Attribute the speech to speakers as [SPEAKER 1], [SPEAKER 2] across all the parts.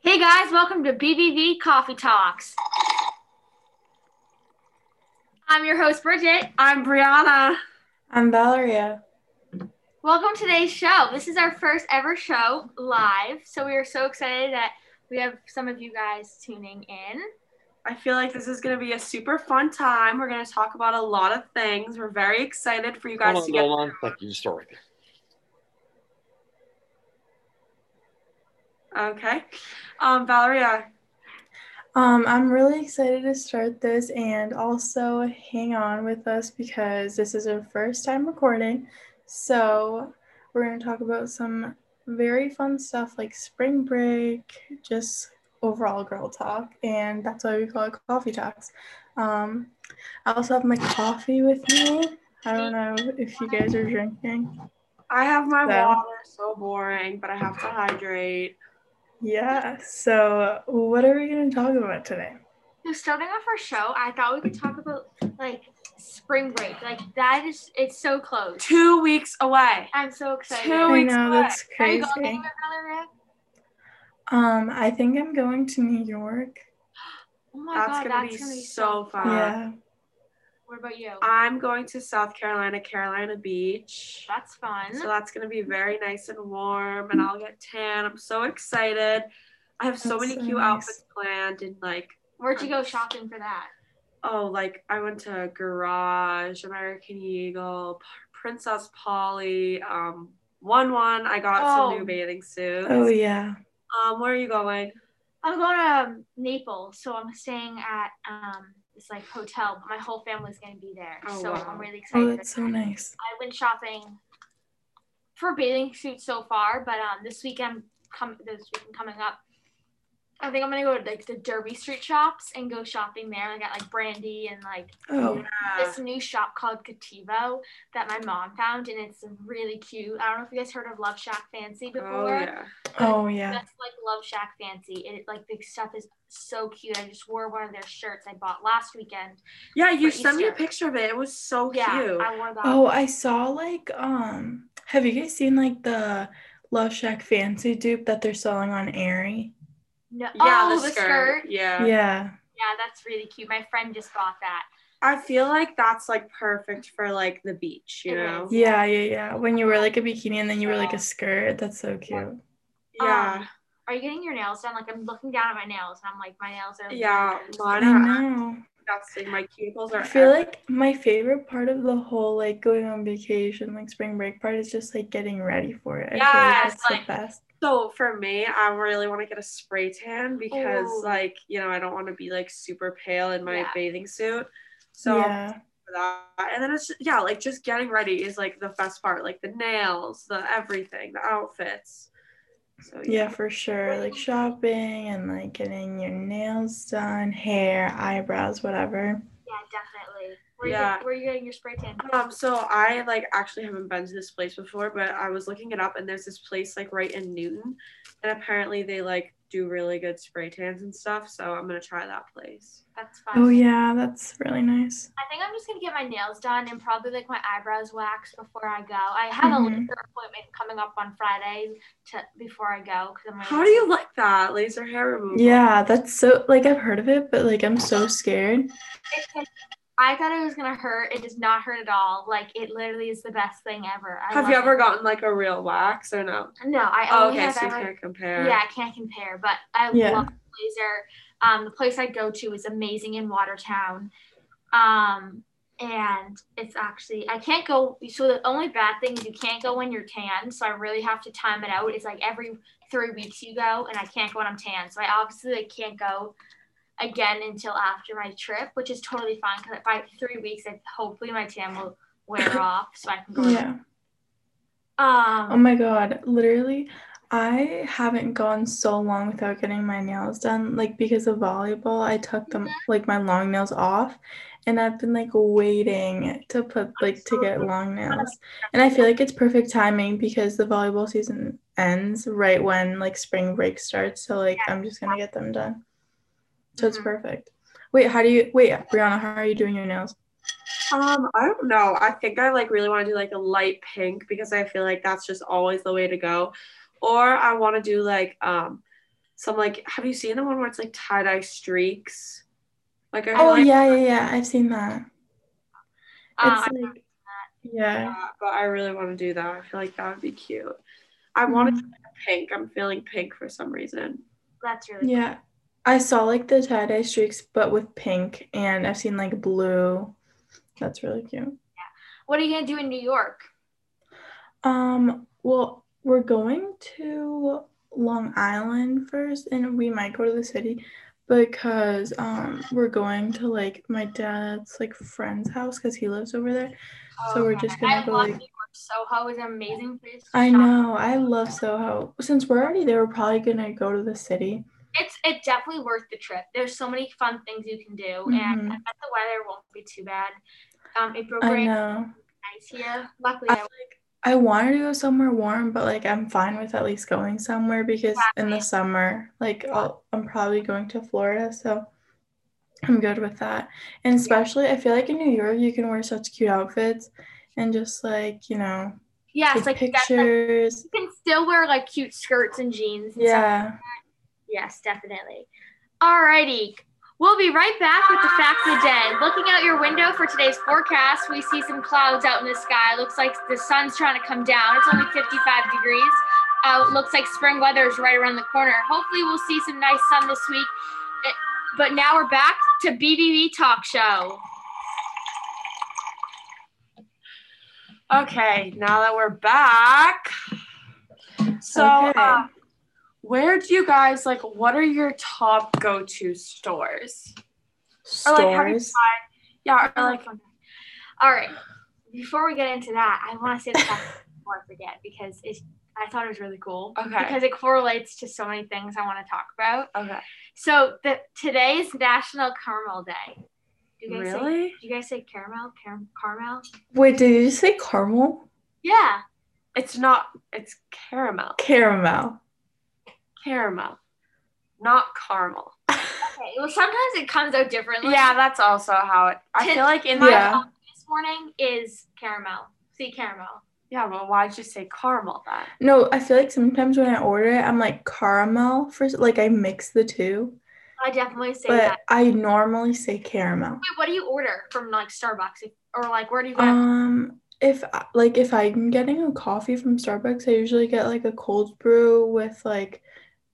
[SPEAKER 1] Hey guys, welcome to BBV Coffee Talks. I'm your host, Bridget. I'm Brianna.
[SPEAKER 2] I'm Valeria.
[SPEAKER 1] Welcome to today's show. This is our first ever show live, so we are so excited that we have some of you guys tuning in.
[SPEAKER 2] I feel like this is going to be a super fun time. We're going to talk about a lot of things. We're very excited for you guys
[SPEAKER 3] Hold
[SPEAKER 2] to
[SPEAKER 3] on,
[SPEAKER 2] get.
[SPEAKER 3] hold on. Thank you. Just start right there.
[SPEAKER 2] Okay. Um, Valeria,
[SPEAKER 4] Um, I'm really excited to start this and also hang on with us because this is our first time recording. So, we're going to talk about some very fun stuff like spring break, just overall girl talk, and that's why we call it coffee talks. Um, I also have my coffee with me. I don't know if you guys are drinking.
[SPEAKER 2] I have my
[SPEAKER 4] So?
[SPEAKER 2] water. So boring, but I have to hydrate.
[SPEAKER 4] Yeah, so what are we going to talk about today?
[SPEAKER 1] So starting off our show, I thought we could talk about like spring break. Like that is, it's so close.
[SPEAKER 2] Two weeks away.
[SPEAKER 1] I'm so excited.
[SPEAKER 2] Two-
[SPEAKER 4] I
[SPEAKER 2] weeks
[SPEAKER 4] know,
[SPEAKER 2] away.
[SPEAKER 4] that's
[SPEAKER 1] Are you
[SPEAKER 4] crazy.
[SPEAKER 1] going anywhere, Valeria?
[SPEAKER 4] Um, I think I'm going to New York.
[SPEAKER 1] Oh my
[SPEAKER 2] That's
[SPEAKER 1] god,
[SPEAKER 2] going to
[SPEAKER 1] that's
[SPEAKER 2] be
[SPEAKER 1] gonna be
[SPEAKER 2] so fun.
[SPEAKER 4] yeah.
[SPEAKER 1] What about you?
[SPEAKER 2] I'm going to South Carolina, Carolina Beach.
[SPEAKER 1] that's fun.
[SPEAKER 2] So that's going to be very nice and warm, and I'll get tan. I'm so excited. I have so
[SPEAKER 4] That's
[SPEAKER 2] many
[SPEAKER 4] so
[SPEAKER 2] cute
[SPEAKER 4] nice.
[SPEAKER 2] outfits planned, and like,
[SPEAKER 1] Where'd you go shopping for that?
[SPEAKER 2] oh, like I went to Garage, American Eagle, P- Princess Polly, um, One One. I got
[SPEAKER 1] Oh.
[SPEAKER 2] some new bathing suits.
[SPEAKER 4] Oh yeah.
[SPEAKER 2] Um, where are you going?
[SPEAKER 1] I'm going to um, Naples, so I'm staying at um, this like hotel. But my whole family's gonna be there,
[SPEAKER 2] Oh,
[SPEAKER 1] so
[SPEAKER 2] wow.
[SPEAKER 1] I'm really excited.
[SPEAKER 4] Oh,
[SPEAKER 1] for
[SPEAKER 4] that's so
[SPEAKER 1] that.
[SPEAKER 4] nice.
[SPEAKER 1] I went shopping for bathing suits so far, but um, this weekend come this weekend coming up, I think I'm gonna go to like the Derby Street shops and go shopping there. I got like brandy and like
[SPEAKER 4] Oh,
[SPEAKER 2] Yeah.
[SPEAKER 1] this new shop called Cativo that my mom found, and it's really cute. I don't know if you guys heard of Love Shack Fancy before.
[SPEAKER 2] Oh yeah.
[SPEAKER 4] oh yeah.
[SPEAKER 1] That's like Love Shack Fancy. It like the stuff is so cute. I just wore one of their shirts I bought last weekend.
[SPEAKER 2] Yeah, you
[SPEAKER 1] For
[SPEAKER 2] sent me a
[SPEAKER 1] Easter.
[SPEAKER 2] picture of it. It was so
[SPEAKER 1] Yeah,
[SPEAKER 2] cute.
[SPEAKER 1] I wore that.
[SPEAKER 4] Oh, I saw like um. Have you guys seen like the Love Shack fancy dupe that they're selling on Aerie?
[SPEAKER 1] no,
[SPEAKER 2] yeah,
[SPEAKER 1] oh, the skirt.
[SPEAKER 2] Yeah.
[SPEAKER 4] Yeah.
[SPEAKER 1] Yeah, that's really cute. My friend just bought that.
[SPEAKER 2] I feel like that's like perfect for like the beach, you
[SPEAKER 1] It
[SPEAKER 2] know?
[SPEAKER 1] is.
[SPEAKER 4] Yeah, yeah, yeah. When you wear like a bikini and then you wear like a skirt, that's so cute.
[SPEAKER 2] Yeah.
[SPEAKER 1] Um, Are you getting your nails done? Like I'm looking down at my nails and I'm like, my nails are
[SPEAKER 2] yeah.
[SPEAKER 4] I
[SPEAKER 2] Mine are
[SPEAKER 4] know.
[SPEAKER 2] disgusting. My cuticles are
[SPEAKER 4] I feel like my favorite part of the whole like going on vacation, like spring break part, is just like getting ready for it. I feel like
[SPEAKER 2] Yes,
[SPEAKER 4] that's
[SPEAKER 1] like-
[SPEAKER 4] the best.
[SPEAKER 2] So for me, I really want to get a spray tan because
[SPEAKER 4] Oh.
[SPEAKER 1] Ooh.
[SPEAKER 2] like, you know, I don't want to be like super pale in my
[SPEAKER 1] Yeah.
[SPEAKER 2] bathing suit. So I'm
[SPEAKER 4] yeah.
[SPEAKER 2] for that. And then it's yeah, like just getting ready is like the best part, like the nails, the everything, the outfits. So
[SPEAKER 4] Yeah, for sure. Like shopping and like getting your nails done, hair, eyebrows, whatever.
[SPEAKER 1] Yeah, definitely. Where you,
[SPEAKER 2] Yeah.
[SPEAKER 1] get- where you getting your spray tan?
[SPEAKER 2] Um, so I like actually haven't been to this place before, but I was looking it up and there's this place like right in Newton, and apparently they like do really good spray tans and stuff. So I'm gonna try that place.
[SPEAKER 1] That's fun.
[SPEAKER 4] Oh yeah, that's really nice.
[SPEAKER 1] I think I'm just gonna get my nails done and probably like my eyebrows waxed before I go. I have a
[SPEAKER 4] Mhm.
[SPEAKER 2] Mm-hmm.
[SPEAKER 1] laser appointment coming up on Friday to before I go because I'm. gonna
[SPEAKER 2] How
[SPEAKER 1] get
[SPEAKER 2] do you like that laser hair removal?
[SPEAKER 4] Yeah, that's so like I've heard of it, but like I'm so scared.
[SPEAKER 1] some- I thought it was gonna hurt. It does not hurt at all. Like it literally is the best thing ever. I
[SPEAKER 2] Have
[SPEAKER 1] love
[SPEAKER 2] you ever
[SPEAKER 1] it.
[SPEAKER 2] gotten like a real wax or no?
[SPEAKER 1] No, I
[SPEAKER 2] Oh,
[SPEAKER 1] only
[SPEAKER 2] okay,
[SPEAKER 1] have
[SPEAKER 2] so you
[SPEAKER 1] ever.
[SPEAKER 2] can't compare.
[SPEAKER 1] Yeah, I can't compare, but I
[SPEAKER 4] Yeah.
[SPEAKER 1] love laser. Um, the place I go to is amazing in Watertown. Um, and it's actually I can't go. So the only bad thing is you can't go when you're tan. So I really have to time it out. It's like every three weeks you go, and I can't go when I'm tan. So I obviously like, can't go again until after my trip, which is totally fine because by three weeks, I, hopefully my tan will wear off, so I can go.
[SPEAKER 4] Yeah. Oh
[SPEAKER 1] Um.
[SPEAKER 4] my god, literally I haven't gone so long without getting my nails done like because of volleyball. I took them like my long nails off and I've been like waiting to put like to get long nails. And I feel like it's perfect timing because the volleyball season ends right when like spring break starts. So like I'm just going to get them done. So it's
[SPEAKER 2] Mm-hmm.
[SPEAKER 1] Mhm.
[SPEAKER 4] perfect. Wait, how do you Wait, Brianna, how are you doing your nails?
[SPEAKER 2] Um, I don't know. I think I like really want to do like a light pink because I feel like that's just always the way to go. Or I want to do like um some like have you seen the one where it's like tie dye streaks? Like I Oh,
[SPEAKER 4] Oh
[SPEAKER 2] like
[SPEAKER 4] yeah, yeah, yeah. I've seen that.
[SPEAKER 1] Uh,
[SPEAKER 4] It's like yeah.
[SPEAKER 2] that, but I really want to do that. I feel like that would be cute. I
[SPEAKER 1] Mm-hmm.
[SPEAKER 2] want to pink. I'm feeling pink for some reason.
[SPEAKER 1] that's really
[SPEAKER 4] Yeah. I saw like the tie dye streaks, but with pink, and I've seen like blue. That's really cute.
[SPEAKER 1] What are you gonna do in New York?
[SPEAKER 4] Um, well, we're going to Long Island first, and we might go to the city because um we're going to like my dad's like friend's house because he lives over there. So we're just gonna
[SPEAKER 1] Oh I
[SPEAKER 4] go,
[SPEAKER 1] love
[SPEAKER 4] like-
[SPEAKER 1] New York. Soho is an amazing place. To
[SPEAKER 4] I
[SPEAKER 1] shop.
[SPEAKER 4] know, I love Soho. Since we're already there, we're probably gonna go to the city.
[SPEAKER 1] It's it definitely worth the trip. There's so many fun things you can do, and I bet the weather won't be too bad. Um, April
[SPEAKER 4] Mm-hmm. I
[SPEAKER 1] break is
[SPEAKER 4] know.
[SPEAKER 1] nice here. Luckily,
[SPEAKER 4] I
[SPEAKER 1] I,
[SPEAKER 4] like I wanted to go somewhere warm, but like I'm fine with at least going somewhere because in the summer, like I'll, I'm probably going to Florida, so I'm good with that. And especially, I feel like in New York, you can wear such cute outfits and just like you know
[SPEAKER 1] yeah, it's
[SPEAKER 4] take
[SPEAKER 1] like that's like,
[SPEAKER 4] pictures.
[SPEAKER 1] you can still wear like cute skirts and jeans. And Stuff.
[SPEAKER 4] yeah.
[SPEAKER 1] Yes, definitely. Alrighty. We'll be right back with the fact of the day. Looking out your window for today's forecast, we see some clouds out in the sky. Looks like the sun's trying to come down. It's only 55 degrees out. Looks like spring weather is right around the corner. Hopefully, we'll see some nice sun this week. Eh, But now we're back to BBB Talk Show.
[SPEAKER 2] Okay, now that we're back. So
[SPEAKER 4] Okay.
[SPEAKER 2] uh, where do you guys like what are your top go-to stores? Or like how do you
[SPEAKER 4] Stores.
[SPEAKER 2] find yeah, or like
[SPEAKER 1] Oh, All right. Before we get into that, I want to say the fact before I forget because it, I thought it was really cool.
[SPEAKER 2] okay.
[SPEAKER 1] because it correlates to so many things I want to talk about.
[SPEAKER 2] Okay.
[SPEAKER 1] So the today's National Caramel Day. Do you guys Say,
[SPEAKER 2] Really?
[SPEAKER 1] do you guys say caramel? Caram- caramel?
[SPEAKER 4] Wait, did you just say caramel?
[SPEAKER 1] Yeah.
[SPEAKER 2] It's not it's caramel.
[SPEAKER 4] Caramel.
[SPEAKER 2] Caramel. Not caramel.
[SPEAKER 1] Okay. Well, sometimes it comes out differently.
[SPEAKER 2] Yeah, that's also how it I feel like in
[SPEAKER 1] My
[SPEAKER 2] yeah.
[SPEAKER 4] Yeah.
[SPEAKER 1] coffee this morning is caramel. See caramel.
[SPEAKER 2] yeah, but why'd you say caramel then?
[SPEAKER 4] No, I feel like sometimes when I order it, I'm like caramel for like I mix the two,
[SPEAKER 1] I definitely say
[SPEAKER 4] but
[SPEAKER 1] that.
[SPEAKER 4] I normally say caramel.
[SPEAKER 1] Wait, what do you order from like Starbucks If- or like where do you go?
[SPEAKER 4] Um, if I- like if I'm getting a coffee from Starbucks, I usually get like a cold brew with like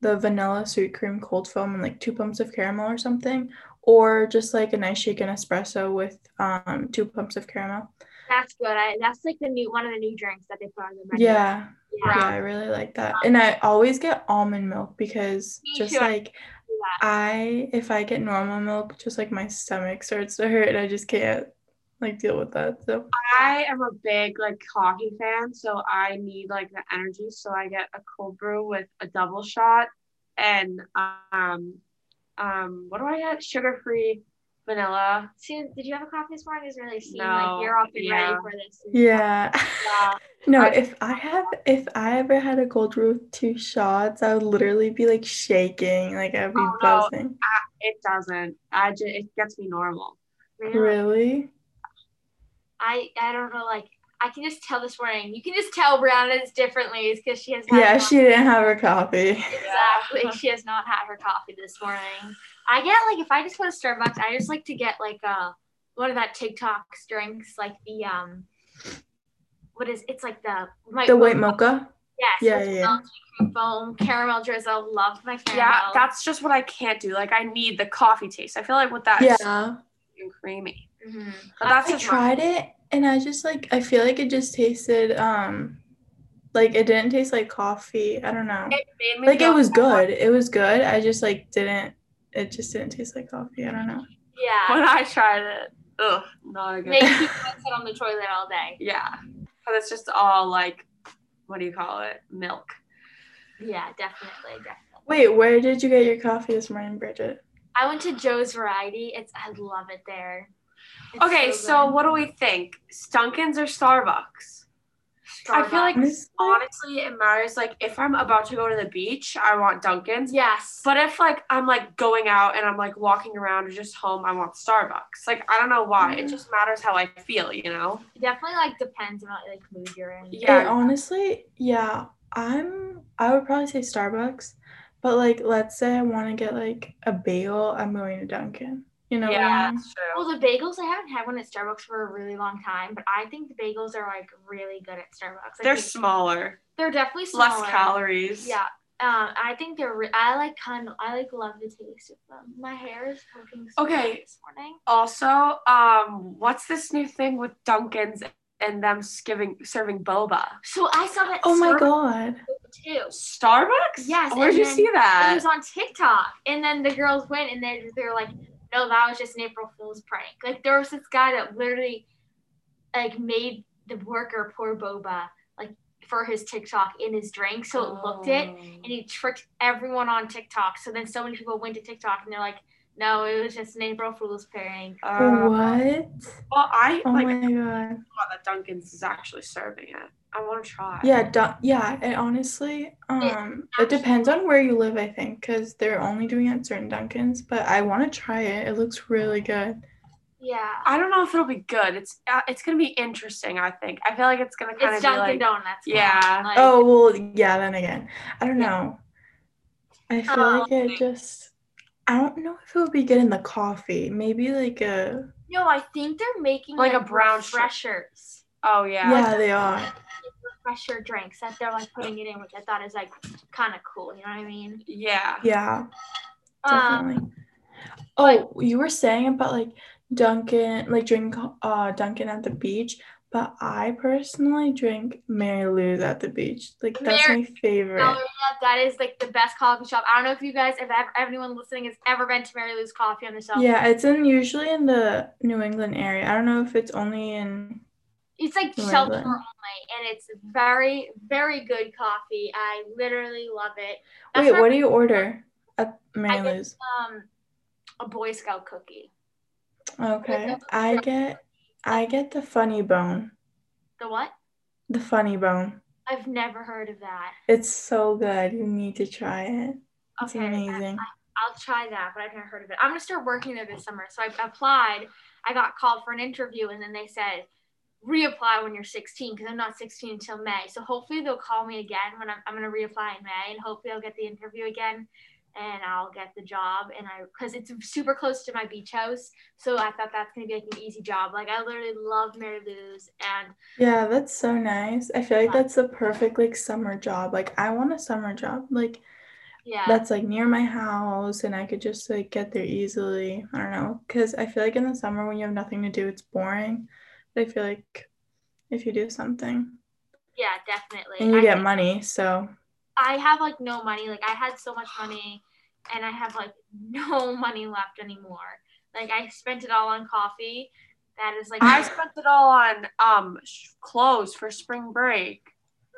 [SPEAKER 4] the vanilla sweet cream cold foam and like two pumps of caramel or something, or just like an ice shaken espresso with um two pumps of caramel.
[SPEAKER 1] that's good. I, that's like the new one of the new drinks that they put on the menu.
[SPEAKER 4] Yeah,
[SPEAKER 1] Yeah.
[SPEAKER 4] yeah, I really like that. And I always get almond milk because
[SPEAKER 1] Me
[SPEAKER 4] just
[SPEAKER 1] too.
[SPEAKER 4] like
[SPEAKER 1] do that.
[SPEAKER 4] I if I get normal milk, just like my stomach starts to hurt and I just can't like deal with that. So
[SPEAKER 2] I am a big like coffee fan, so I need like the energy. So I get a cold brew with a double shot and um um what do I get? Sugar free vanilla.
[SPEAKER 1] Soon, did you have a coffee this morning? It's really seem
[SPEAKER 2] No,
[SPEAKER 1] like you're up and ready
[SPEAKER 2] yeah.
[SPEAKER 1] for this.
[SPEAKER 4] yeah.
[SPEAKER 2] Yeah.
[SPEAKER 4] No,
[SPEAKER 2] I-
[SPEAKER 4] if I have if I ever had a cold brew with two shots, I would literally be like shaking, like I'd be
[SPEAKER 2] Oh, no.
[SPEAKER 4] buzzing.
[SPEAKER 2] It doesn't. I just it gets me normal.
[SPEAKER 1] Really?
[SPEAKER 4] Really?
[SPEAKER 1] I I don't know. Like I can just tell this morning. You can just tell Brianna's differently is because she has not
[SPEAKER 4] Yeah,
[SPEAKER 1] had-
[SPEAKER 4] she didn't have her coffee.
[SPEAKER 1] exactly. she has not had her coffee this morning. I get like if I just go to Starbucks, I just like to get like uh one of that TikToks drinks, like the um. What is it's like the my,
[SPEAKER 4] The white mocha?
[SPEAKER 1] yes
[SPEAKER 4] yeah,
[SPEAKER 1] with
[SPEAKER 4] yeah, yeah.
[SPEAKER 1] melted cream foam caramel drizzle love my caramel
[SPEAKER 2] Yeah, that's just what I can't do. Like I need the coffee taste. I feel like with that it's
[SPEAKER 4] Yeah.
[SPEAKER 2] too creamy.
[SPEAKER 1] Mhm.
[SPEAKER 2] But that's
[SPEAKER 4] I
[SPEAKER 2] just my-
[SPEAKER 4] tried it and I just like I feel like it just tasted um like it didn't taste like coffee. I don't know.
[SPEAKER 2] it made me
[SPEAKER 4] like it
[SPEAKER 2] feel-
[SPEAKER 4] was good it was good i just like didn't it just didn't taste like coffee i don't know
[SPEAKER 1] yeah
[SPEAKER 2] when I tried it. Ugh, not a good.
[SPEAKER 1] maybe people sit on the toilet all day
[SPEAKER 2] Yeah, but it's just all like, what do you call it? Milk.
[SPEAKER 1] yeah definitely definitely.
[SPEAKER 4] wait where did you get your coffee this morning bridget
[SPEAKER 1] I went to Joe's Variety. It's I love it there. It's
[SPEAKER 2] Okay,
[SPEAKER 1] so
[SPEAKER 2] so
[SPEAKER 1] good.
[SPEAKER 2] what do we think? Stunkins or Starbucks? I feel like
[SPEAKER 1] Starbucks.
[SPEAKER 4] Honestly,
[SPEAKER 2] honestly, it matters. Like if I'm about to go to the beach, I want Dunkin's.
[SPEAKER 1] yes,
[SPEAKER 2] But if like I'm like going out and I'm like walking around or just home, I want Starbucks. Like I don't know why. It just matters how I feel, you know.
[SPEAKER 1] it definitely like depends on what like mood you're in.
[SPEAKER 2] Yeah.
[SPEAKER 4] It honestly yeah i'm i would probably say starbucks But like, let's say I want to get like a bagel, I'm going to Dunkin'. You know, what I
[SPEAKER 2] yeah,
[SPEAKER 4] mean?
[SPEAKER 2] that's true.
[SPEAKER 1] Well, the bagels I haven't had one at Starbucks for a really long time, but I think the bagels are like really good at Starbucks. I
[SPEAKER 2] They're
[SPEAKER 1] think
[SPEAKER 2] smaller,
[SPEAKER 1] they're definitely smaller.
[SPEAKER 2] less calories.
[SPEAKER 1] Yeah. Um, I think they're. Re- I like kind. Of, I like love the taste of them. My hair is looking so
[SPEAKER 2] Okay.
[SPEAKER 1] good this morning.
[SPEAKER 2] Also, um, what's this new thing with Dunkin's and them giving serving boba?
[SPEAKER 1] So I saw that.
[SPEAKER 4] Oh my
[SPEAKER 1] Starbucks
[SPEAKER 4] god.
[SPEAKER 1] Too.
[SPEAKER 2] Starbucks?
[SPEAKER 1] Yes,
[SPEAKER 2] Where'd
[SPEAKER 1] and
[SPEAKER 2] you
[SPEAKER 1] then
[SPEAKER 2] see
[SPEAKER 1] It
[SPEAKER 2] that?
[SPEAKER 1] was on TikTok, and then the girls went and they they're like, no, that was just an April Fool's prank. Like there was this guy that literally, like, made the worker pour boba like for his TikTok in his drink, so it looked it,
[SPEAKER 4] Oh.
[SPEAKER 1] and he tricked everyone on TikTok. So then so many people went to TikTok and they're like, no, it was just an April Fool's prank.
[SPEAKER 2] Uh,
[SPEAKER 4] what?
[SPEAKER 2] Well, I
[SPEAKER 4] Oh
[SPEAKER 2] like
[SPEAKER 4] my god.
[SPEAKER 2] thought that Dunkin's is actually serving it. I want to try.
[SPEAKER 4] Yeah, du- yeah. It honestly, um, it depends on where you live, I think, because they're only doing it at certain Dunkins. But I want to try it. It looks really good.
[SPEAKER 1] Yeah,
[SPEAKER 2] I don't know if it'll be good. It's uh, it's gonna be interesting. I think. I feel like it's gonna kind
[SPEAKER 1] it's
[SPEAKER 2] of be
[SPEAKER 1] Dunkin'
[SPEAKER 2] like
[SPEAKER 1] Donuts. come on,
[SPEAKER 2] yeah.
[SPEAKER 1] like-
[SPEAKER 4] Oh well, yeah. Then again, I don't
[SPEAKER 1] Yeah.
[SPEAKER 4] know. I feel
[SPEAKER 1] Um,
[SPEAKER 4] like it just. I don't know if it would be good in the coffee. Maybe like uh, a.
[SPEAKER 1] No, I think they're making
[SPEAKER 2] Like a brown sugar.
[SPEAKER 1] refreshers.
[SPEAKER 2] oh
[SPEAKER 4] Yeah,
[SPEAKER 2] yeah.
[SPEAKER 4] they are.
[SPEAKER 1] refresher drinks that they're like putting it in, which I thought is like kind of cool. You know what I mean?
[SPEAKER 2] Yeah.
[SPEAKER 4] Yeah,
[SPEAKER 1] Um,
[SPEAKER 4] definitely. oh, you were saying about like Dunkin', like drink uh Dunkin' at the beach. But I personally drink Mary Lou's at the beach. Like that's
[SPEAKER 1] Mary-
[SPEAKER 4] my favorite.
[SPEAKER 1] no, yeah, that is like the best coffee shop. I don't know if you guys, if ever, anyone listening has ever been to Mary Lou's Coffee on the Shelf.
[SPEAKER 4] Yeah, it's in usually in the New England area. I don't know if it's only in
[SPEAKER 1] It's like
[SPEAKER 4] New
[SPEAKER 1] shelter
[SPEAKER 4] England.
[SPEAKER 1] only, and it's very, very good coffee. I literally love it. That's
[SPEAKER 4] Wait,
[SPEAKER 1] where
[SPEAKER 4] what do you order at
[SPEAKER 1] I get-
[SPEAKER 4] Mary Lou's?
[SPEAKER 1] um a Boy Scout cookie,
[SPEAKER 4] Okay.
[SPEAKER 1] get the
[SPEAKER 4] I
[SPEAKER 1] fr-
[SPEAKER 4] get I get the funny bone.
[SPEAKER 1] the what?
[SPEAKER 4] The funny bone.
[SPEAKER 1] I've never heard of that.
[SPEAKER 4] It's so good. You need to try it. It's
[SPEAKER 1] Okay, I-
[SPEAKER 4] amazing.
[SPEAKER 1] I'll try that, but I've never heard of it. I'm gonna start working there this summer. So I applied. I got called for an interview, and then they said reapply when you're 16 because I'm not 16 until May. So hopefully they'll call me again when I'm, I'm gonna reapply in May, and hopefully I'll get the interview again, and I'll get the job. And I because it's super close to my beach house, so I thought that's gonna be like an easy job. Like I literally love Mary Lou's, and
[SPEAKER 4] Yeah, that's so nice. I feel like that's the perfect like summer job. Like I want a summer job. Like
[SPEAKER 1] yeah,
[SPEAKER 4] that's like near my house and I could just like get there easily. I don't know, because I feel like in the summer when you have nothing to do, it's boring. But I feel like if you do something
[SPEAKER 1] yeah, definitely.
[SPEAKER 4] and you
[SPEAKER 1] I
[SPEAKER 4] get
[SPEAKER 1] think-
[SPEAKER 4] money, so
[SPEAKER 1] I have like no money. Like I had so much money and I have like no money left anymore. Like I spent it all on coffee. That is like
[SPEAKER 2] I spent it all on um sh- clothes for spring break.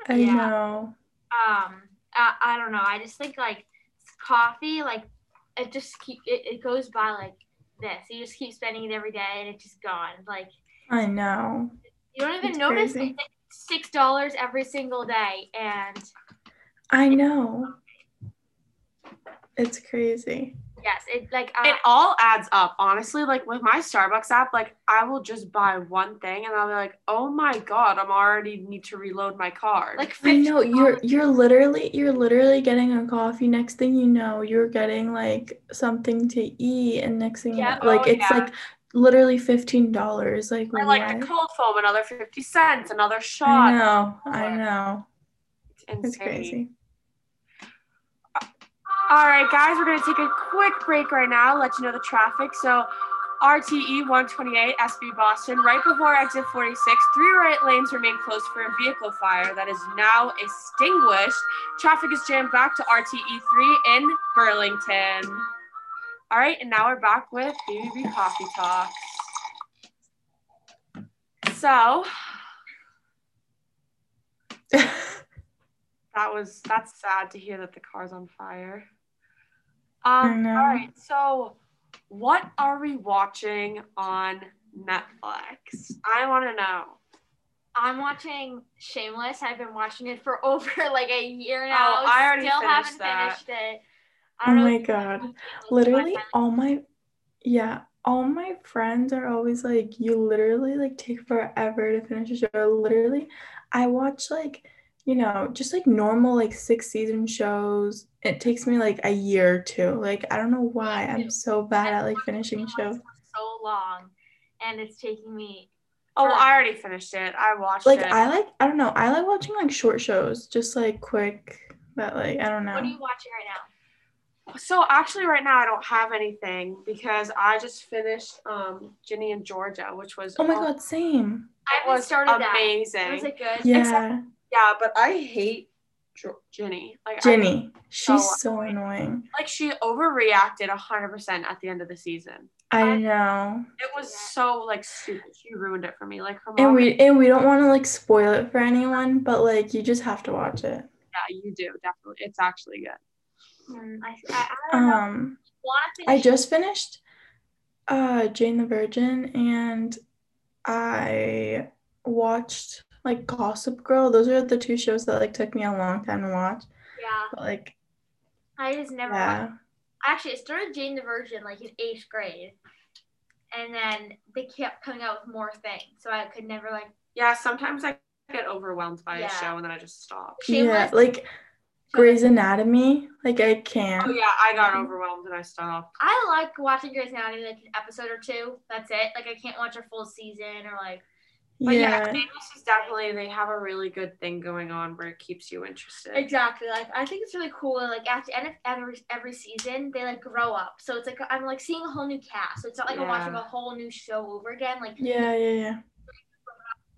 [SPEAKER 4] I
[SPEAKER 1] Yeah.
[SPEAKER 4] know.
[SPEAKER 1] um I, I don't know. I just think like coffee like it just keep it, it goes by like this. You just keep spending it every day and it's just gone. Like
[SPEAKER 4] I know.
[SPEAKER 1] you don't even
[SPEAKER 4] It's
[SPEAKER 1] notice
[SPEAKER 4] crazy.
[SPEAKER 1] it. It's six dollars every single day and
[SPEAKER 4] I know. It's crazy.
[SPEAKER 1] yes, it like uh, I,
[SPEAKER 2] It all adds up, honestly. Like with my Starbucks app, like I will just buy one thing and I'll be like, oh my god, I'm already need to reload my card.
[SPEAKER 1] like
[SPEAKER 4] I know you're
[SPEAKER 1] $15
[SPEAKER 4] you're literally you're literally getting a coffee. Next thing you know, you're getting like something to eat, and next thing you
[SPEAKER 2] Yeah,
[SPEAKER 4] know, like
[SPEAKER 2] oh,
[SPEAKER 4] it's
[SPEAKER 2] yeah.
[SPEAKER 4] like literally fifteen dollars. Like
[SPEAKER 2] I like
[SPEAKER 4] what?
[SPEAKER 2] the cold foam, another fifty cents, another
[SPEAKER 4] I
[SPEAKER 2] shot.
[SPEAKER 4] know. I know.
[SPEAKER 2] It's
[SPEAKER 4] It's
[SPEAKER 2] insane.
[SPEAKER 4] crazy.
[SPEAKER 2] All right, guys, we're going to take a quick break right now, let you know the traffic. So, E RTE 128 SB Boston, right before exit 46, three right lanes remain closed for a vehicle fire that is now extinguished. Traffic is jammed back to RTE 3 in Burlington. All right, and now we're back with BBB Coffee Talks. So, that was that's sad to hear that the car's on fire.
[SPEAKER 4] I
[SPEAKER 2] Um,
[SPEAKER 4] know.
[SPEAKER 2] all right, so what are we watching on Netflix? I want to know.
[SPEAKER 1] I'm watching Shameless. I've been watching it for over like a year
[SPEAKER 2] Oh,
[SPEAKER 1] now.
[SPEAKER 2] I already
[SPEAKER 1] still
[SPEAKER 2] finished
[SPEAKER 1] haven't
[SPEAKER 2] that.
[SPEAKER 1] finished it. I
[SPEAKER 4] oh
[SPEAKER 1] don't know
[SPEAKER 4] my
[SPEAKER 1] if you guys
[SPEAKER 4] god.
[SPEAKER 1] watch Shameless, but I
[SPEAKER 4] literally
[SPEAKER 1] finally-
[SPEAKER 4] all my yeah all my friends are always like you literally like take forever to finish a show literally i watch like you know, just like normal like six season shows. It takes me like a year or two. Like I don't know why I'm so bad at like finishing shows.
[SPEAKER 1] so long, and it's taking me.
[SPEAKER 2] Oh, I already finished it. I watched
[SPEAKER 4] Like
[SPEAKER 2] it.
[SPEAKER 4] I like I don't know. I like watching like short shows, just like quick, but like I don't
[SPEAKER 1] What are
[SPEAKER 4] know.
[SPEAKER 1] you watching right now?
[SPEAKER 2] so actually, right now I don't have anything because I just finished um Ginny and Georgia, which was
[SPEAKER 4] Oh my god, same.
[SPEAKER 1] I
[SPEAKER 2] it
[SPEAKER 1] haven't
[SPEAKER 2] was
[SPEAKER 1] started that. Was
[SPEAKER 2] amazing.
[SPEAKER 1] it good?
[SPEAKER 4] Yeah,
[SPEAKER 2] Yeah, but I hate Jo- Ginny. Like I-
[SPEAKER 4] Jenny. She's
[SPEAKER 2] so
[SPEAKER 4] so annoying.
[SPEAKER 2] like she overreacted hundred percent at the end of the season.
[SPEAKER 4] I know.
[SPEAKER 2] It was
[SPEAKER 1] Yeah.
[SPEAKER 2] so like stupid. She ruined it for me. Like her mom.
[SPEAKER 4] And we and we don't want to like spoil it for anyone, but like you just have to watch it.
[SPEAKER 2] yeah, you do definitely. It's actually good.
[SPEAKER 1] Mm, I, I, I don't know.
[SPEAKER 4] Um
[SPEAKER 1] Want to
[SPEAKER 4] I just finished uh Jane the Virgin and I watched like Gossip Girl. Those are the two shows that like took me a long time to watch.
[SPEAKER 1] Yeah,
[SPEAKER 4] But like
[SPEAKER 1] I just never. watched-
[SPEAKER 4] yeah.
[SPEAKER 1] Actually, it started Jane the Virgin like in eighth grade, and then they kept coming out with more things, so I could never like.
[SPEAKER 2] Yeah, sometimes I get overwhelmed by
[SPEAKER 1] Yeah.
[SPEAKER 2] a show and then I just stop.
[SPEAKER 4] Yeah,
[SPEAKER 1] Shameless.
[SPEAKER 4] like Grey's Anatomy. Like I can't.
[SPEAKER 2] Oh yeah, I got overwhelmed and I stopped.
[SPEAKER 1] I like watching Grey's Anatomy like an episode or two. That's it. Like I can't watch a full season or like. Oh,
[SPEAKER 2] But yeah,
[SPEAKER 4] yeah.
[SPEAKER 2] Shameless is definitely they have a really good thing going on where it keeps you interested.
[SPEAKER 1] Exactly. Like I think it's really cool. and, Like at the end of every every season, they like grow up. So it's like I'm like seeing a whole new cast. So it's not like I'm
[SPEAKER 2] Yeah.
[SPEAKER 1] watching a whole new show over again. Like
[SPEAKER 4] Yeah, yeah, yeah.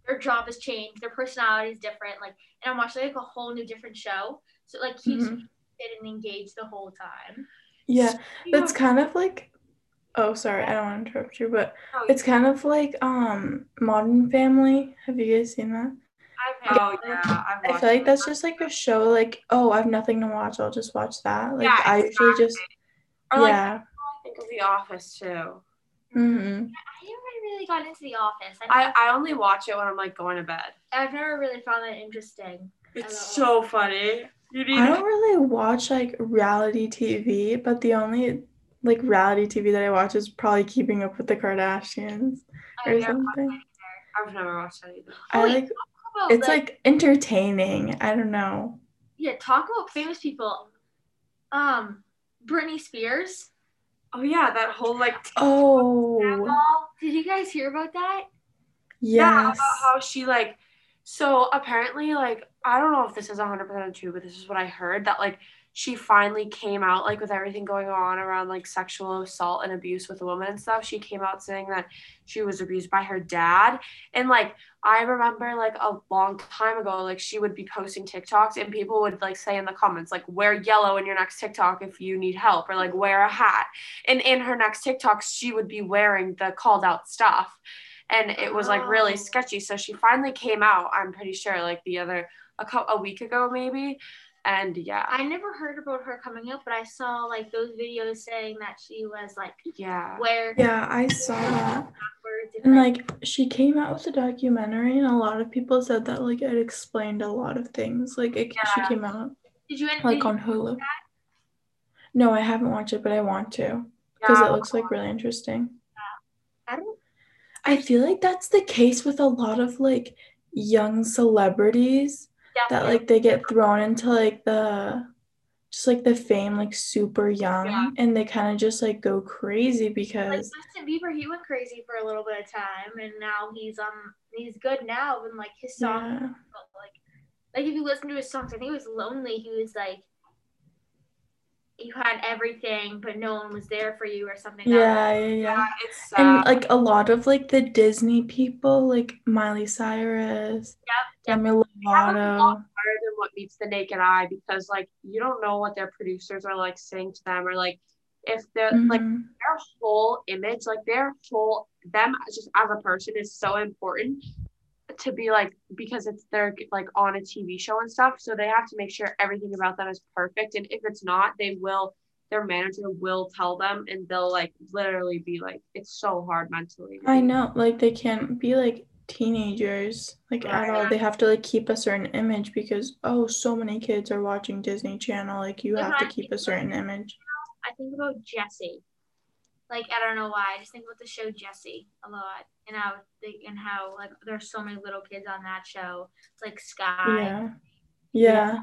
[SPEAKER 1] their job has changed, their personality is different. Like and I'm watching like a whole new different show. So it like keeps
[SPEAKER 4] Mhm.
[SPEAKER 1] me interested and engaged the whole time.
[SPEAKER 4] Yeah.
[SPEAKER 2] Speaking
[SPEAKER 4] It's
[SPEAKER 2] of-
[SPEAKER 4] kind of like oh sorry, I don't want to interrupt you, but
[SPEAKER 2] oh,
[SPEAKER 4] it's kind of like um Modern Family. Have you guys seen that?
[SPEAKER 1] I've
[SPEAKER 2] oh yeah, I
[SPEAKER 4] I
[SPEAKER 2] watched.
[SPEAKER 4] feel like
[SPEAKER 2] it.
[SPEAKER 4] that's just like a show. Like, oh, I've nothing to watch. I'll just watch that. Like,
[SPEAKER 2] Yeah,
[SPEAKER 4] I usually just
[SPEAKER 2] Or like
[SPEAKER 4] yeah.
[SPEAKER 2] I think of The Office too.
[SPEAKER 4] hmm
[SPEAKER 1] I never really got into the office. I,
[SPEAKER 2] I I only watch it when I'm like going to bed.
[SPEAKER 1] I've never really found that interesting.
[SPEAKER 2] It's
[SPEAKER 1] I
[SPEAKER 2] so funny. You need.
[SPEAKER 4] I don't really watch like reality TV, but the only like reality TV that I watch is probably Keeping Up with the Kardashians
[SPEAKER 1] I
[SPEAKER 4] or
[SPEAKER 1] don't know
[SPEAKER 4] something.
[SPEAKER 2] I've never watched that either.
[SPEAKER 4] I
[SPEAKER 1] Wait,
[SPEAKER 4] like
[SPEAKER 1] about
[SPEAKER 4] it's
[SPEAKER 1] the-
[SPEAKER 4] like entertaining. I don't know.
[SPEAKER 1] yeah, talk about famous people. Um, Britney Spears.
[SPEAKER 2] Oh yeah, that whole like. t-
[SPEAKER 4] Oh
[SPEAKER 1] Did you guys hear about that?
[SPEAKER 2] Yeah,
[SPEAKER 4] yes.
[SPEAKER 2] about how she like. So apparently, like, I don't know if this is 100% true, but this is what I heard that like she finally came out, like, with everything going on around like sexual assault and abuse with a woman and stuff. She came out saying that she was abused by her dad. And like, I remember like a long time ago, like, she would be posting TikToks and people would like say in the comments, like, wear yellow in your next TikTok if you need help, or like, wear a hat. And in her next TikTok, she would be wearing the called out stuff and it was like
[SPEAKER 1] Oh.
[SPEAKER 2] really sketchy. So she finally came out. I'm pretty sure, like the other a couple a week ago maybe, and yeah,
[SPEAKER 1] I never heard about her coming up, but I saw like those videos saying that she was like
[SPEAKER 2] yeah,
[SPEAKER 1] where
[SPEAKER 4] Yeah, I saw that.
[SPEAKER 1] backwards and
[SPEAKER 4] And
[SPEAKER 1] like
[SPEAKER 4] like she came out with a documentary and a lot of people said that like it explained a lot of things. Like it, she came out
[SPEAKER 1] did you end
[SPEAKER 4] like
[SPEAKER 1] did
[SPEAKER 4] on Hulu. No, I haven't watched it, but I want to because it
[SPEAKER 2] yeah.
[SPEAKER 4] looks like really interesting.
[SPEAKER 1] I don't-
[SPEAKER 4] I feel like that's the case with a lot of like young celebrities that
[SPEAKER 1] definitely
[SPEAKER 4] like they get thrown into like the just like the fame like super young
[SPEAKER 2] Yeah.
[SPEAKER 4] and they kind of just like go crazy
[SPEAKER 1] like
[SPEAKER 4] because
[SPEAKER 1] Justin Bieber, he went crazy for a little bit of time and now he's um he's good now and like his song
[SPEAKER 4] yeah,
[SPEAKER 1] like like if you listen to his songs, I think it was Lonely, he was like you had everything but no one was there for you or something. That was-
[SPEAKER 4] yeah, yeah, yeah.
[SPEAKER 2] Yeah, it's uh,
[SPEAKER 4] And
[SPEAKER 2] sad.
[SPEAKER 4] like a lot of like the Disney people, like Miley Cyrus, Demi
[SPEAKER 2] That was a lot
[SPEAKER 4] Lovato.
[SPEAKER 2] harder than what meets the naked eye because like you don't know what their producers are like saying to them or like if they're like
[SPEAKER 4] Mhm.
[SPEAKER 2] their whole image, like their whole them as- just as a person is so important to be like because it's they're like on a TV show and stuff. So they have to make sure everything about them is perfect. And if it's not, they will their manager will tell them and they'll like literally be like it's so hard mentally. to
[SPEAKER 4] I
[SPEAKER 2] be-
[SPEAKER 4] know, like they can't be like teenagers, like at all.
[SPEAKER 2] Right.
[SPEAKER 4] They have to like keep a certain image because oh, so many kids are watching Disney Channel. Like you
[SPEAKER 1] Like,
[SPEAKER 4] have to
[SPEAKER 1] I
[SPEAKER 4] keep
[SPEAKER 1] think-
[SPEAKER 4] a certain image.
[SPEAKER 1] I think about Jesse. Like I don't know why, I just think about the show Jesse a lot, and how they- and how like there's so many little kids on that show, like Sky,
[SPEAKER 4] Yeah, Yeah.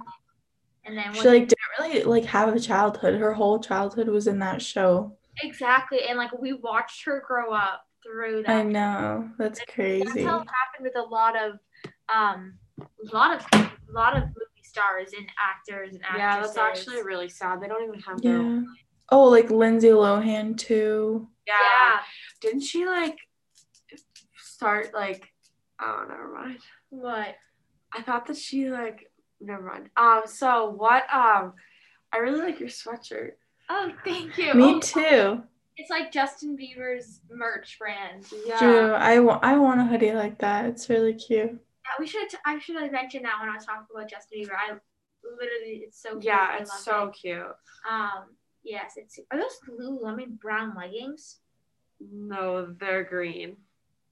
[SPEAKER 1] And then
[SPEAKER 4] She like didn't really like have a childhood. Her whole childhood was in that show.
[SPEAKER 1] exactly, and like we watched her grow up through that.
[SPEAKER 4] I know. That's
[SPEAKER 1] That's
[SPEAKER 4] crazy.
[SPEAKER 1] how it happened with a lot of, um, a lot of, a lot of movie stars and actors and actresses.
[SPEAKER 2] Yeah, that's actually really sad. They don't even have their
[SPEAKER 4] Yeah. Oh, like Lindsay Lohan too.
[SPEAKER 2] Yeah.
[SPEAKER 1] yeah.
[SPEAKER 2] Didn't she like start like oh never mind.
[SPEAKER 1] What?
[SPEAKER 2] I thought that she like never mind. Um so what um I really like your sweatshirt.
[SPEAKER 1] Oh, thank you.
[SPEAKER 4] Me
[SPEAKER 1] Oh,
[SPEAKER 4] too.
[SPEAKER 1] It's like Justin Bieber's merch brand.
[SPEAKER 2] Yeah.
[SPEAKER 4] Drew, I want I want a hoodie like that. It's really cute.
[SPEAKER 1] Yeah, we should. I should have mentioned that when I was talking about Justin Bieber. I literally, it's so. Cute.
[SPEAKER 2] Yeah,
[SPEAKER 1] I love
[SPEAKER 2] it's so
[SPEAKER 1] it.
[SPEAKER 2] cute.
[SPEAKER 1] Um. Yes, it's. Are those Lululemon brown leggings?
[SPEAKER 2] No, they're green.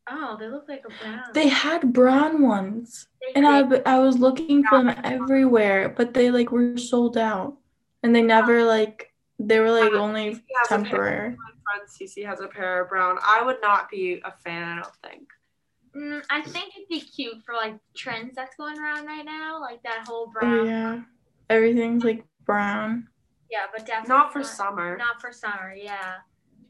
[SPEAKER 1] Oh, they look like a brown.
[SPEAKER 4] They had brown ones,
[SPEAKER 1] They-
[SPEAKER 4] and I I was looking for them everywhere, but they like were sold out, and they never like they were like only
[SPEAKER 2] He has a pair-
[SPEAKER 4] temporary.
[SPEAKER 2] My friend Cece has a pair of brown. I would not be a fan, I don't think.
[SPEAKER 1] Mm, I think it'd be cute for like trends that's going around right now, like that whole brown.
[SPEAKER 4] Oh yeah, everything's like brown.
[SPEAKER 1] Yeah, but definitely
[SPEAKER 2] Not for summer.
[SPEAKER 1] Not for summer. Yeah.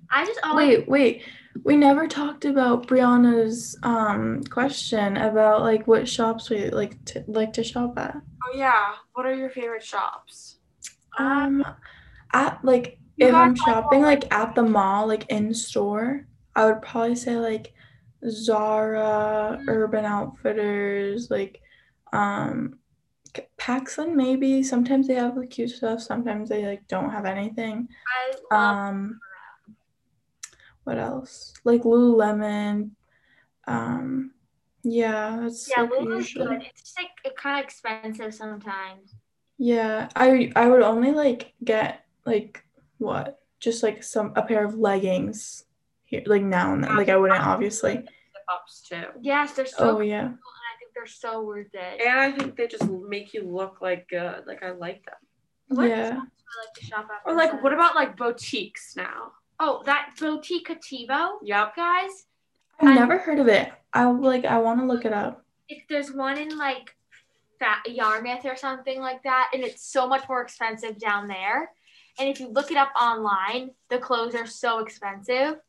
[SPEAKER 1] I just always.
[SPEAKER 4] Wait, wait, we never talked about Brianna's um question about like what shops we like to like to shop at.
[SPEAKER 2] Oh yeah. What are your favorite shops?
[SPEAKER 4] Um, at like
[SPEAKER 2] You
[SPEAKER 4] if
[SPEAKER 2] guys
[SPEAKER 4] I'm
[SPEAKER 2] like
[SPEAKER 4] shopping
[SPEAKER 2] all,
[SPEAKER 4] like at the mall, like in store, I would probably say like Zara,
[SPEAKER 1] Mm.
[SPEAKER 4] Urban Outfitters, like um K- Paxson maybe. Sometimes they have like cute stuff, sometimes they like don't have anything.
[SPEAKER 1] I love.
[SPEAKER 4] Um what else? Like Lululemon. Um yeah, that's
[SPEAKER 1] yeah,
[SPEAKER 4] like,
[SPEAKER 1] Lululemon's
[SPEAKER 4] usually-
[SPEAKER 1] good. It's just like kind of expensive sometimes.
[SPEAKER 4] Yeah, I I would only like get like what? Just like some a pair of leggings here like now and then. Like I wouldn't obviously.
[SPEAKER 2] Zip ups too.
[SPEAKER 1] Yes, they're so.
[SPEAKER 4] Oh
[SPEAKER 1] cool,
[SPEAKER 4] yeah.
[SPEAKER 1] and I think they're so worth it.
[SPEAKER 2] And I think they just make you look like good. Like I like them.
[SPEAKER 1] What
[SPEAKER 4] Yeah.
[SPEAKER 1] shops do you like to shop at?
[SPEAKER 2] Or like,
[SPEAKER 1] Rosanna?
[SPEAKER 2] what about like boutiques now?
[SPEAKER 1] Oh, that boutique Cativo,
[SPEAKER 2] Yep.
[SPEAKER 1] guys.
[SPEAKER 4] I've
[SPEAKER 1] I'm-
[SPEAKER 4] never heard of it. I like I want to look it up.
[SPEAKER 1] If there's one in like Fat Yarmouth or something like that, and it's so much more expensive down there. And if you look it up online, the clothes are so expensive.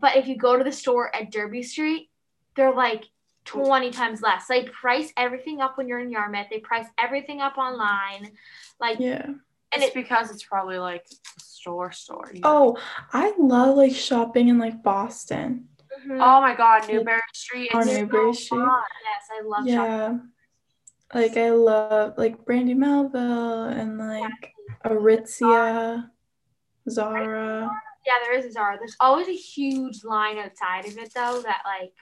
[SPEAKER 1] But if you go to the store at Derby Street, they're like 20 times less. They price everything up when you're in Yarmouth. They price everything up online. Like
[SPEAKER 4] Yeah.
[SPEAKER 1] And
[SPEAKER 2] And it's because it's probably like a store store. you know?
[SPEAKER 4] Oh, I love like shopping in like Boston
[SPEAKER 1] oh
[SPEAKER 2] Oh my God, Newberry Street.
[SPEAKER 4] or
[SPEAKER 2] It's
[SPEAKER 4] Newbury
[SPEAKER 2] so
[SPEAKER 4] Street.
[SPEAKER 2] fun.
[SPEAKER 1] yes, I love shopping.
[SPEAKER 4] Yeah. Like I love like Brandy Melville and like Aritzia, Zara.
[SPEAKER 1] Yeah, there is a Zara. There's always a huge line outside of it though that like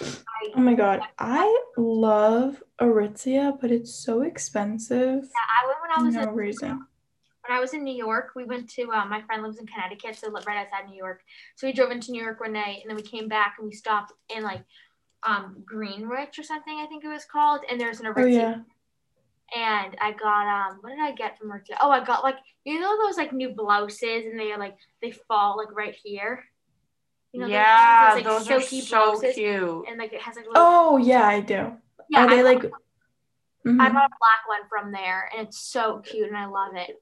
[SPEAKER 1] I
[SPEAKER 4] Oh my god, I love Aritzia, but it's so expensive
[SPEAKER 1] I went when I
[SPEAKER 4] for
[SPEAKER 1] was
[SPEAKER 4] no
[SPEAKER 1] in,
[SPEAKER 4] reason.
[SPEAKER 1] when I was in New York. We went to uh, my friend lives in Connecticut, so li- right outside New York. So we drove into New York one night, and then we came back and we stopped in like um Greenwich or something I think it was called, and there's an Aritzia.
[SPEAKER 4] Oh yeah,
[SPEAKER 1] And I got um what did I get from Aritzia? Oh, I got like you know those like new blouses, and they are like they fall like right here. You know, those
[SPEAKER 2] yeah,
[SPEAKER 1] ones,
[SPEAKER 2] those,
[SPEAKER 1] it's,
[SPEAKER 2] are
[SPEAKER 1] silky
[SPEAKER 2] so cute.
[SPEAKER 1] And like it has like little
[SPEAKER 4] oh yeah, I do.
[SPEAKER 1] yeah,
[SPEAKER 4] Are they
[SPEAKER 1] I-
[SPEAKER 4] like? Mhm.
[SPEAKER 1] I bought a black one from there, and it's so cute, and I love it.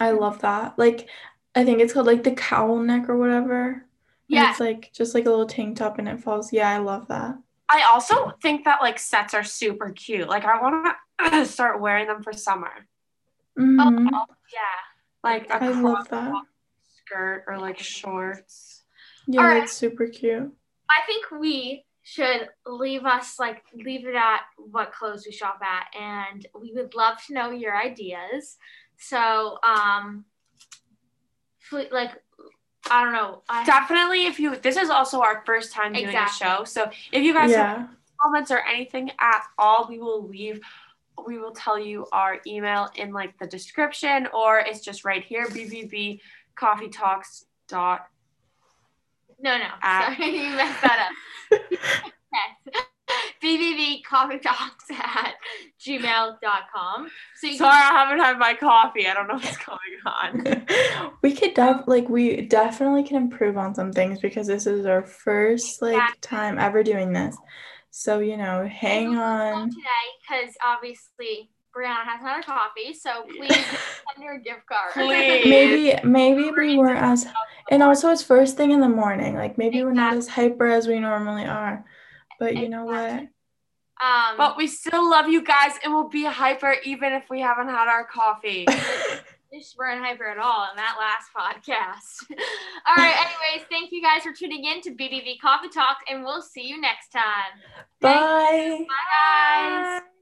[SPEAKER 4] I love that. Like, I think it's called like the cowl neck or whatever. and
[SPEAKER 1] Yeah,
[SPEAKER 4] it's like just like a little tank top and it falls. Yeah, I love that.
[SPEAKER 2] I also think that like sets are super cute. Like I want to start wearing them for summer.
[SPEAKER 1] Oh,
[SPEAKER 4] Mhm.
[SPEAKER 1] yeah.
[SPEAKER 2] Like a
[SPEAKER 4] I
[SPEAKER 2] crop
[SPEAKER 4] love that.
[SPEAKER 2] skirt or like shorts.
[SPEAKER 4] Yeah,
[SPEAKER 1] Alright.
[SPEAKER 4] that's super cute.
[SPEAKER 1] I think we should leave us like leave it at what clothes we shop at, and we would love to know your ideas. So, um, fle- like I don't know, I,
[SPEAKER 2] Definitely, if you this is also our first time doing
[SPEAKER 1] Exactly.
[SPEAKER 2] a show, so if you guys have
[SPEAKER 4] Yeah,
[SPEAKER 2] comments or anything at all, we will leave. We will tell you our email in like the description, or it's just right here. bbbcoffeetalks dot.
[SPEAKER 1] no, no,
[SPEAKER 2] At-
[SPEAKER 1] sorry, you messed that up. BBBcoffeetalks at gmail.com. So you
[SPEAKER 2] Sorry, I haven't had my coffee. I don't know what's going on.
[SPEAKER 4] we could def- like we definitely can improve on some things because this is our first like time ever doing this. So, you know, hang on.
[SPEAKER 1] today because obviously Brianna has another coffee. So please send her a gift card.
[SPEAKER 2] Please.
[SPEAKER 4] Maybe maybe we weren't as and also it's first thing in the morning. Like maybe we're not as hyper as we normally are. But you know what?
[SPEAKER 1] Um,
[SPEAKER 2] But we still love you guys and we'll be hyper even if we haven't had our coffee.
[SPEAKER 1] just weren't hyper at all in that last podcast. all right. Anyways, thank you guys for tuning in to BBV Coffee Talks, and we'll see you next time.
[SPEAKER 4] Bye.
[SPEAKER 1] Bye, guys.